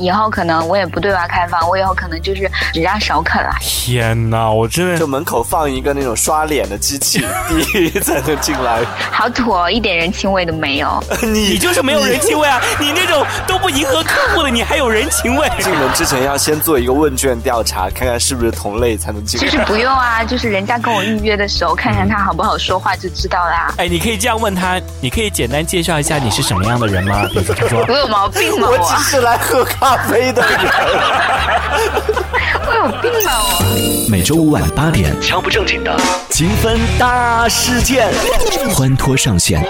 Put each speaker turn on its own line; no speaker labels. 以后可能我也不对外开放，我以后可能就是只让少啃了。
天哪，我真的
就门口放一个那种刷脸的机器，第一才能进来。
好土哦，一点人情味都没有。
你
你就是没有人情味啊！你那种都不迎合客户的，你还有人情味？
进门之前要先做一个问卷调查，看看是不是同类才能进
就。是不用啊，就是人家跟我预约的时候，看看他好不好说话就知道啦。
哎，你可以这样问他，你可以简单介绍一下你是什么样的人吗？比如说，他说
我有毛病吗
我只
我？
是来喝咖啡的人。
我有 病吗我？
每周五晚八点，
敲不正经的，
情分大事件，欢脱上线。